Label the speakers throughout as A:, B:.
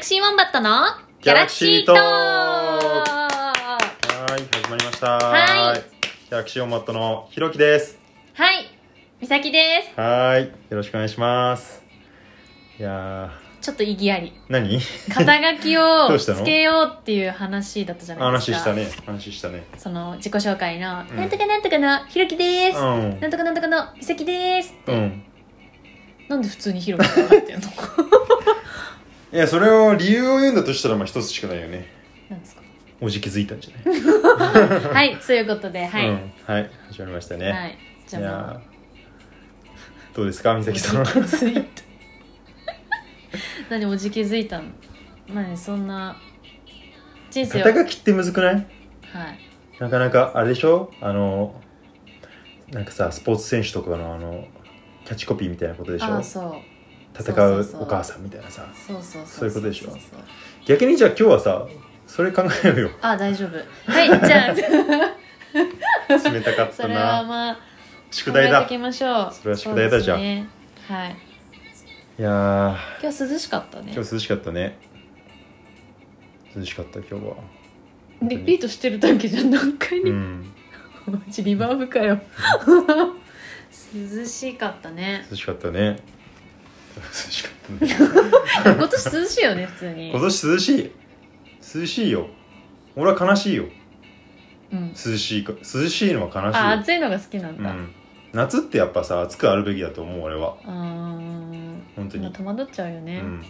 A: シーワンバットの
B: ギャラクシートーク
A: は
B: はい、始まりました。
A: はい。
B: ギャラクシーオンマットのひろきです。
A: い、みさきです。
B: はい、よろしくお願いします。いや
A: ちょっと意義 あり。
B: ー、何
A: 肩書き
B: ど
A: を
B: うしたの
A: つけようっていう話だったじゃないです
B: 話
A: か。
B: したね、話したね。
A: その自己紹介の、
B: うん
A: なんとかなんとかのひろきで
B: う
A: す。
B: ん
A: なんとかなんとかのみさきです。。
B: うん。
A: なんで普通にひろきってなってんの
B: いや、それを理由を言うんだとしたら、まあ一つしかないよね。
A: なんですか
B: おじ気づいたんじゃない
A: はい、そういうことで、はい。
B: うん。はい、始まりましたね。
A: はい。じ
B: い
A: ゃあもう
B: やーどうですか、みさき さん。
A: 気づい た何おじ気づいたのまあねそんな人生を
B: 肩書きってむずくない
A: はい
B: なかなかあれでしょあのなんかさスポーツ選手とかのあのキャッチコピーみたいなことでし
A: あ
B: ょ
A: あそうそう
B: 戦
A: そう
B: う
A: そう
B: お母さんみたいなさ
A: そうそう
B: そういうことでしょ
A: そう
B: 逆にじゃあ今日はさそれ考え ようよ
A: あ大丈夫はいじゃ
B: 冷たか
A: あ
B: っ
A: そ
B: た
A: れは
B: な
A: まあ
B: 宿題
A: 考え
B: だ
A: ていきましょう
B: それは宿題だ
A: そうですねはい
B: いや
A: 今日涼しかったね
B: ー今日涼しかったね涼しかった今日は
A: リピートしてるだけじゃん何回
B: う
A: に、
B: ん
A: マジリバーブか よ涼しかったね
B: 涼しかったね 涼しかっ たね
A: 今年涼しいよね普通に
B: 今年涼しい涼しいよ俺は悲しいよ
A: うん、
B: 涼しいか涼しいのは悲しい
A: あ
B: よ
A: 暑いのが好きなん
B: う
A: だ、
B: ん、夏ってやっぱさ暑くあるべきだと思う俺は
A: うーん
B: 本当
A: まあ
B: に、
A: 戸惑っちゃうよ
B: う
A: ね、
B: ん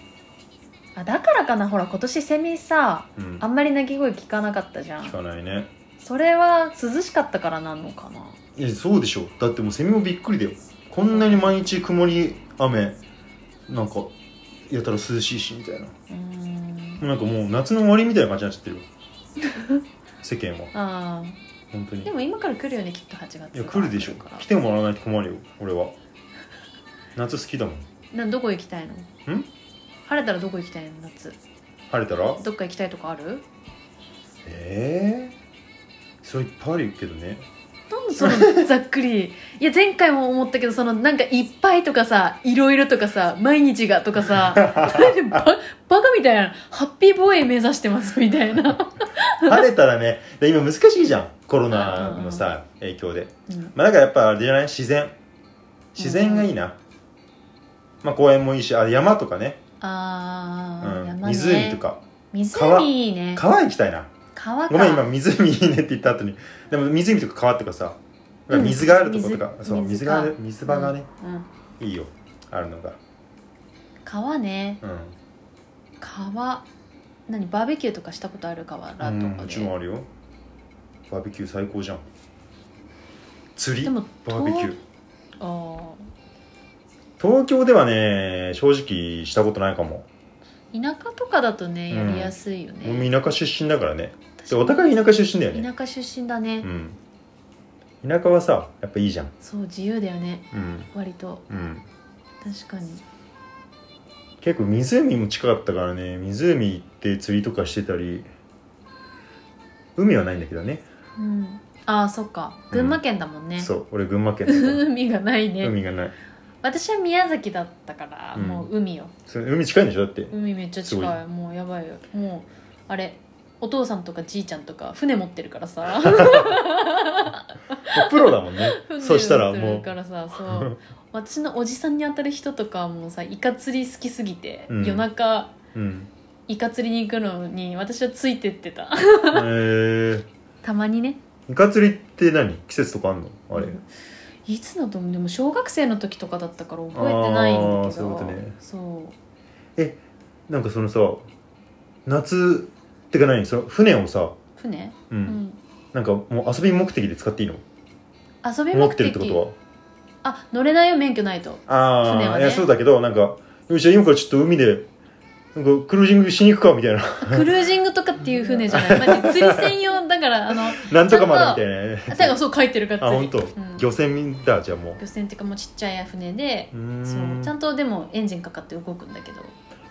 A: あだからかなほら今年セミさ
B: うん
A: あ、んまり鳴き声聞かなかったじゃ
B: 聞
A: ん
B: かないね
A: それは涼しかったからなのかない
B: やそうでしょだってもうセミもびっくりだよこんなに毎日曇り雨なんかやたら涼しいしみたいな
A: うーん
B: なんかもう夏の終わりみたいな感じになっちゃってるよ 世間は
A: あ
B: 本当
A: ー
B: に
A: でも今から来るよねきっと8月
B: いや来るでしょ
A: から
B: 来てもらわないと困るよ俺は夏好きだもん
A: などこ行きたいの
B: ん
A: 晴れたらどこ行きたいの夏
B: 晴れたら
A: どっか行きたいとかある
B: ええそれいっぱいあるけ どね
A: なんでそのざっく りいや前回も思ったけどそのなんかいっぱいとかさいろいろとかさ毎日がとか さなんでババカみたいなハッピーボーイ目指してますみたいな、
B: 晴れたらねで今難しいじゃんコロナのさ影響で
A: うん
B: まあだからやっぱあれじゃない自然自然がいいな、まあ公園もいいしあ山とかね,、う
A: あー、
B: ん
A: 山ね
B: 湖とか川
A: 湖いいね
B: 川行きたいな
A: 川か
B: ごめん今湖いいねって言った後にでも湖とか川とかさ
A: うん
B: 水があるとことか、
A: 水
B: そう水
A: 水
B: が
A: か
B: ある水場がね、
A: うんうん
B: いいよあるのが
A: 川ね
B: うん
A: 川何バーベキューとかしたことある川ら
B: う
A: と
B: ん
A: か
B: も
A: で
B: ちろんあるよバーベキュー最高じゃん釣り
A: で
B: バ
A: も
B: ーベキュー
A: あー
B: 東京ではね正直したことないかも
A: 田舎とかだとねやりやすいよね、
B: もう田舎出身だからね
A: 私
B: でお互い田舎出身だよね
A: 田舎出身だね、
B: うん田舎はさやっぱいいじゃん
A: そう自由だよね
B: うん、
A: 割と
B: うん、
A: 確かに
B: 結構湖も近かったからね湖行って釣りとかしてたり海はないんだけどね
A: うんああそっか群馬県だもんね、
B: そう俺群馬県だから
A: 海がない ね
B: 海がない
A: 私は宮崎だったから、
B: うん
A: もう海よ
B: それ海近いんでしょだって
A: 海めっちゃ近
B: す
A: い
B: ご
A: もうやばいよもうあれお父さんとかじいちゃんとか船持ってるからさ
B: プロだも んね
A: 船
B: そしたら
A: 持って
B: も
A: るからさそう 私のおじさんに当たる人とかはもうさイカ釣り好きすぎて、
B: うん
A: 夜中
B: ううん
A: イカ釣りに行くのに私はついてって た
B: へえー、
A: たまにね
B: イカ釣りって何季節とかあんのあれ、
A: うんいつだと思うでも小学生の時とかだったから覚えてないんだけ
B: あ
A: ど
B: ーそういうことね
A: そう
B: なんかそのさ夏ってか何その船をさ、
A: 船、
B: う
A: うんん、
B: なんかもう遊び目的で使っていいの
A: 遊び
B: 持
A: 目
B: ってるってこと
A: 的
B: は
A: あ乗れないよ免許ないと
B: あ
A: 船
B: あ、
A: はね
B: いやそうだけどなんかよしじゃあ今からちょっと海でなんかクルージングしに行くかみたいな
A: クルージングとかっていう船じゃない マジ釣り専用だからあの
B: なんとかまでみたいなね
A: あたがそう書いてるから
B: あ本当、
A: うん
B: 漁船だじゃあもう
A: 漁船っていうかもうちっちゃい船で
B: うーん
A: そうちゃんとでもエンジンかかって動くんだけど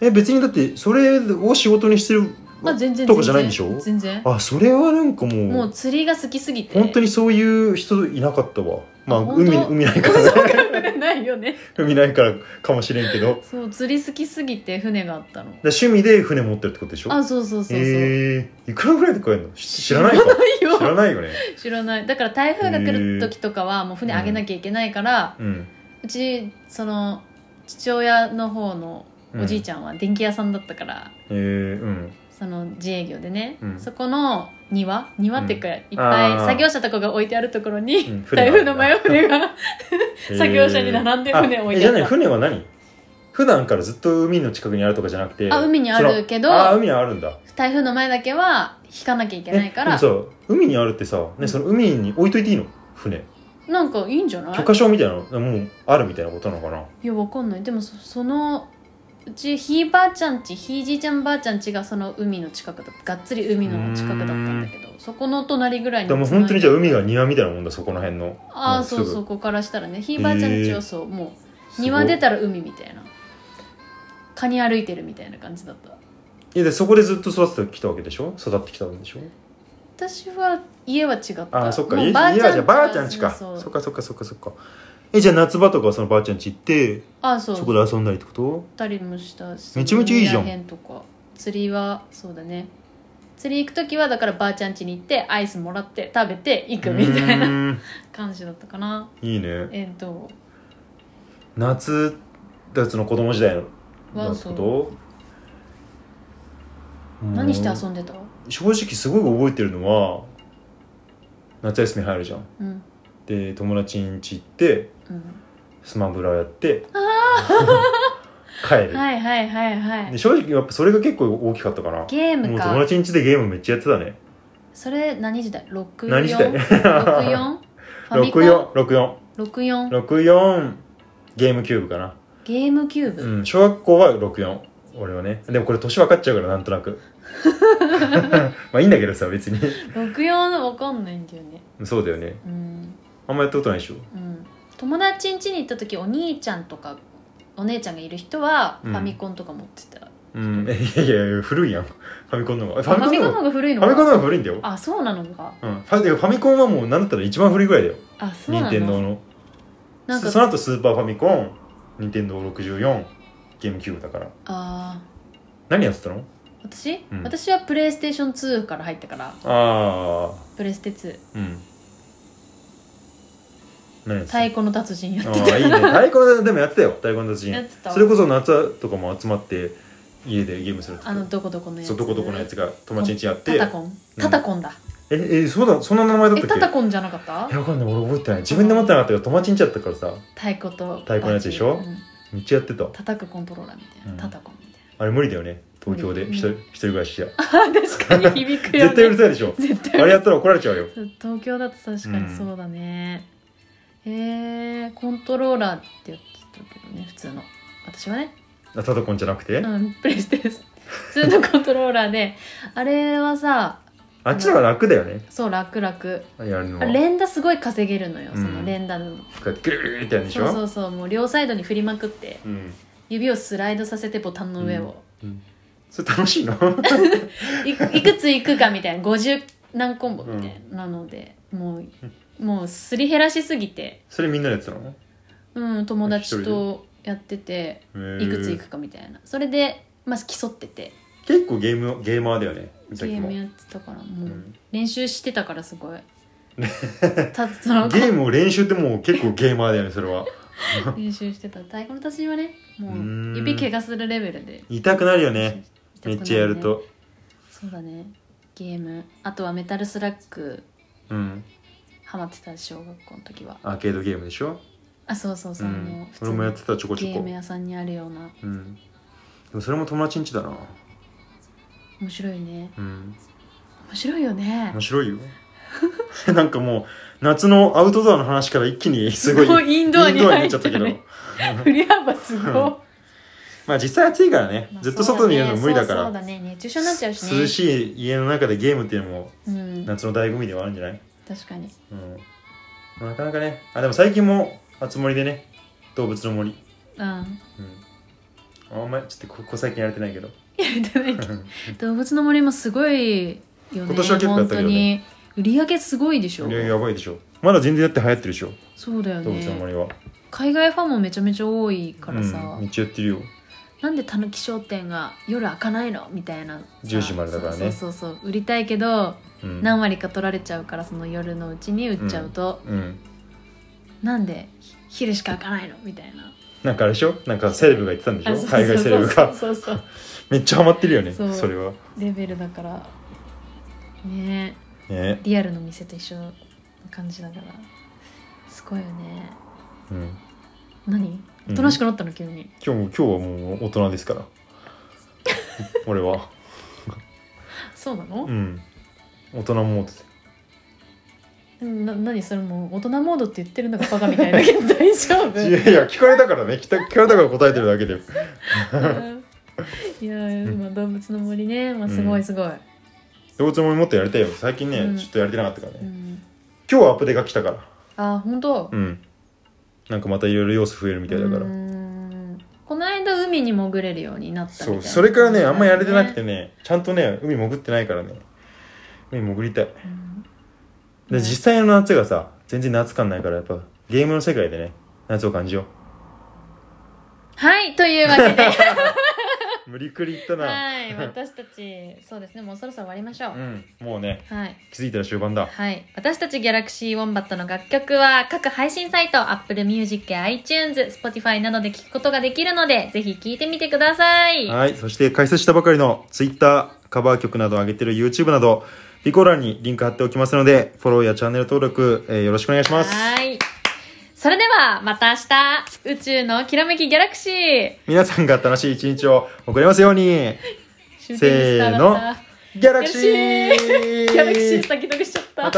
B: え別にだってそれを仕事にしてる
A: まあ全然
B: とかじゃないんでしょ
A: 全然全然
B: あそれはなんかもう
A: もう釣りが好きすぎて
B: 本当にそういう人いなかったわまあ
A: あ本
B: 海
A: 当
B: 海ないからね
A: ないよね
B: 海ないからかもしれんけどだか
A: そう釣り好きすぎて船があったの
B: ら趣味で船持ってるってことでしょ
A: あそうそうそうそう、
B: ええいくらぐらいで買えるのし知 らないか
A: ないよ
B: 知らないよね
A: 知らないだから台風が来る時とかはもう船あげなきゃいけないから、
B: うん
A: うちその父親の方のおじいちゃんは電気屋さんだったから、
B: ええうん
A: その自営業でね、
B: うん
A: そこの庭庭っていうか、いっ
B: あ
A: ぱ
B: ー
A: い作業者とかが置いてあるところに、
B: うん
A: 台
B: 船がある
A: 風
B: んだ
A: の前船が作業車に並んで船を置いて
B: あえじ
A: あ
B: ゃあ
A: った
B: ね船は何普段からずっと海の近くにあるとかじゃなくて
A: あ海にあるけど
B: そのあ海にあるんだ
A: 台風の前だけは引かなきゃいけないか
B: え
A: ら
B: でもさ海にあるってさ、ね、その海に置いといていいの船
A: なんかいいんじゃない
B: 許可証みたいなのもうあるみたいなことなのかない
A: やわかんないでもそそのうちひいばあちゃんちひいじいちゃんばあちゃんちがその海の近くだがっつり海の近くだったんだけどそこの隣ぐらいに
B: でも本当にじゃあ
A: あ
B: 海が庭みたいなもんだそこら辺の
A: あ
B: も
A: あ
B: うす
A: そ
B: ぐ
A: うそうここからしたらねひいばあちゃんちはそう、もう
B: すご
A: 庭
B: い
A: 出たら海みたいなカニ歩いてるみたいな感じだった
B: いやでそこでずっと育ててきたわけでしょ育ってきたんでしょ
A: 私は家は違った
B: ああそっか
A: もう
B: 家
A: ばあち
B: 家は
A: ゃん
B: じ
A: ち
B: ゃあばあちゃんちか
A: そ
B: そうっ
A: そう
B: かそっかそっかそっかえじゃあ夏場とかはそのばあちゃんち行って
A: ああそ
B: そうこで遊んだりってこと
A: 行ったりもしたし
B: めちゃめちゃいいじゃん
A: 海らへとか釣りはそうだね釣り行く時はだからばあちゃん家に行ってアイスもらって食べて行くみたいうな
B: ーん
A: 感じだったかない
B: いね
A: えっと
B: 夏だからその子供時代の
A: わ
B: なんてこと
A: 何して
B: の
A: 遊んでた
B: 正直すごい覚えてるのは夏休み入るじゃん
A: うん
B: で友達ん家行って
A: うん
B: スマブラやって帰る、
A: はいはいはいは
B: で
A: い
B: 正直やっぱそれが結構大きかったかな
A: ゲー
B: も
A: ム
B: う友
A: か
B: 達ん家でゲームめっちゃやってたね
A: それ何時代64
B: 何時代
A: 64ファミコン
B: 646464
A: 64
B: ゲームキューブかな
A: ゲームキューブ、
B: うん小学校は64俺はねでもこれ年分かっちゃうからなんとなく まあいいんだけどさ別に
A: 64のわかんないんだよね
B: そうだよね
A: うん
B: あんまやったことないでしょ
A: うん、友達ん家に行った時お兄ちゃんとかお姉ちゃんがいる人は
B: う
A: フ
B: ん
A: ァミコンとか持ってた、
B: うんえいやいや古いやんファミコンの方がフ
A: ファミコンの
B: 方
A: 方が古い
B: フ
A: の
B: ァミコンの
A: か
B: 方が古いんだよ
A: あそうなのか
B: うん、ファでファミコンはもう何だったら一番古いぐらいだよ
A: あそう
B: 任
A: な
B: 天
A: の
B: 堂の
A: なん
B: そそ
A: か
B: の後スーパーファミコン任天堂64ゲームキューブだから
A: あ
B: 何やってたの
A: ー私、
B: うん
A: 私はプレイステーション2から入ったから
B: ああ
A: プレステ2
B: うん何やっ
A: 太
B: てた
A: 鼓の達人や
B: あ
A: って
B: あいいね太鼓のでもやってたよ太鼓の 達
A: やっ
B: 人
A: てた
B: それこそ夏とかも集まって家でゲームするってこと
A: あのどこどこのやつ
B: そうどこどこのやつが友達ん家やっ
A: タ
B: て
A: タコン
B: ん
A: タタコンだ、
B: ええそうだそんな名前だっ
A: え
B: たっ
A: タ
B: け
A: タコンじゃなかった
B: いやわかんない俺覚えてない自分で持ってなかったけど友達ん家やったからさ
A: 太鼓と
B: 太鼓のやつでしょ
A: バチうん
B: めっちゃやってた
A: 叩くコントローラーみたいな、
B: うん
A: タタコンみた
B: あれ無理だよね東京で
A: うん
B: 一人一人暮らしじゃ
A: いな確かに響くよ、ね、
B: 絶対うるさいでしょ
A: 絶対う
B: あ
A: るさい
B: れやったら怒られちゃうよ
A: 東京だと確かにそうだね、へえコントローラーって言ってたけどね普通の私はね、
B: あタタコンじゃなくて、
A: うん、プレステです普通のコントローラーであれはさ
B: あっちの方が楽だよね
A: そう楽々
B: やるの
A: あ
B: は
A: 連打すごい稼げるのよ、
B: うん
A: その連打の
B: こうやってぐるぐるってやるんでし
A: そ
B: ょ
A: うそうそうもう両サイドに振りまくって
B: うん
A: 指をスライドさせてボタンの上を、
B: うんそれ楽しいの
A: いいくついくかみたいな50何コンボみたいな、なのでもうもうすり減らしすぎて
B: それみんなでやってたの
A: うん友
B: 一
A: 達
B: 人
A: とやってて
B: へえ
A: いくついくかみたいなそれでまず競ってて
B: 結構ゲームゲーマーだよね
A: ゲ
B: 美咲
A: ー
B: も
A: ムやってたからも
B: う
A: うん練習してたからすご いたその
B: ゲームを練習ってもう結構ゲーマーだよねそれ は
A: 練習してた太鼓の達人はねも
B: うーん
A: う指怪我するレベルで
B: 痛くなるよねめっちゃやると、
A: そうだねゲームあとはメタルスラック
B: うん
A: ハマってた小学校の時は
B: アーケードゲームでしょ、
A: あそうそうそうう、もうん普、通
B: 俺もやってたちょこ
A: ゲ
B: ちょ
A: ー
B: こ
A: ム屋さんにあるような
B: うんでもそれも友達ん家だな
A: 面白いね
B: うん
A: 面白いよね
B: 面白いよなんかもう夏のアウトドアの話から一気に すごい
A: すごいインドアに入っ
B: インドアになっちゃったけ
A: た
B: ど
A: ね振り幅すごい
B: まあ実際暑いからね、ずっと外にいるの無理だか
A: そう
B: ら
A: だね熱中症になっちゃうしね
B: 涼しい家の中でゲームっていうのも
A: うん
B: 夏の醍醐味ではあるんじゃない、
A: 確かに
B: うんまあなかなかねあでも最近も熱森でね動物の森、
A: うん
B: うん、あんまりちょっとここ最近やれてないけど
A: 動物の森もすごいよね
B: 今年は結構やった
A: 本当
B: けどね
A: に売り上げすごいでしょ
B: いややばいでしょまだ全然だって流行ってるでしょ
A: そうだよ
B: 動物の
A: ね
B: 森は、
A: 海外ファンもめちゃめちゃ多いからさ、
B: うん、めっちゃやってるよ
A: なんでたぬき商店が夜開かないのみたいなさ
B: 10時までだからね
A: そうそうそうそう売りたいけど、
B: うん
A: 何割か取られちゃうからその夜のうちに売っちゃうと、
B: うん
A: なんでひ昼しか開かないのみたいな
B: なんかあれでしょなんかセレブが言ってたんでし
A: あ
B: ょ
A: そうそうそう
B: 海外セレブ が
A: そうそうそう
B: めっちゃハマってるよね
A: そう
B: それは
A: レベルだからね
B: ね
A: リアルの店と一緒の感じだからすごいよね
B: うん
A: 何
B: うん
A: おとなしくなったの急に、
B: 今日も今日はもう大人ですから 俺は
A: そうなの
B: う、ん大人モードで
A: な何それもう大人モードって言ってるのがバカみたい だけど大丈夫
B: いやいや聞かれたからね聞か聞かれたから答えてるだけで
A: いやー、まあ、動物の森ね、まあ、すごいすごい、
B: 動物ももっとやりたいよ最近ね、
A: うん
B: ちょっとやれてなかったからね、
A: うん
B: 今日はアップデが来たから
A: ああ本当
B: うんなんかまたいろいろ要素増えるみたいだから、
A: うーんこの間海に潜れるようになったみたい
B: そう
A: な
B: それからねあんまやれてなくてねちゃんとね海潜ってないからね海潜りたいで、
A: うん
B: 実際の夏がさ全然夏感ないからやっぱゲームの世界でね夏を感じよ
A: はいというわけで
B: う無理くり言ったな、
A: はい私たちそうですねもうそろそろ終わりましょう、
B: うんもうね
A: はい
B: 気づいたら終盤だ
A: はい。私たちギャラクシーウォンバットの楽曲は各配信サイト、Apple Music や iTunes、Spotify などで聴くことができるので、ぜひ聴いてみてください。
B: はいそして解説したばかりの Twitter カバー曲などを上げてる YouTube など備考欄にリンク貼っておきますのでフォローやチャンネル登録、えーよろしくお願いします
A: はい。それでは、また明日、宇宙のきらめきギャラクシー。
B: 皆さんが楽しい一日を送れますよう に
A: せ
B: せーのギャラクシー
A: ギャラクシー先読しちゃった。
B: また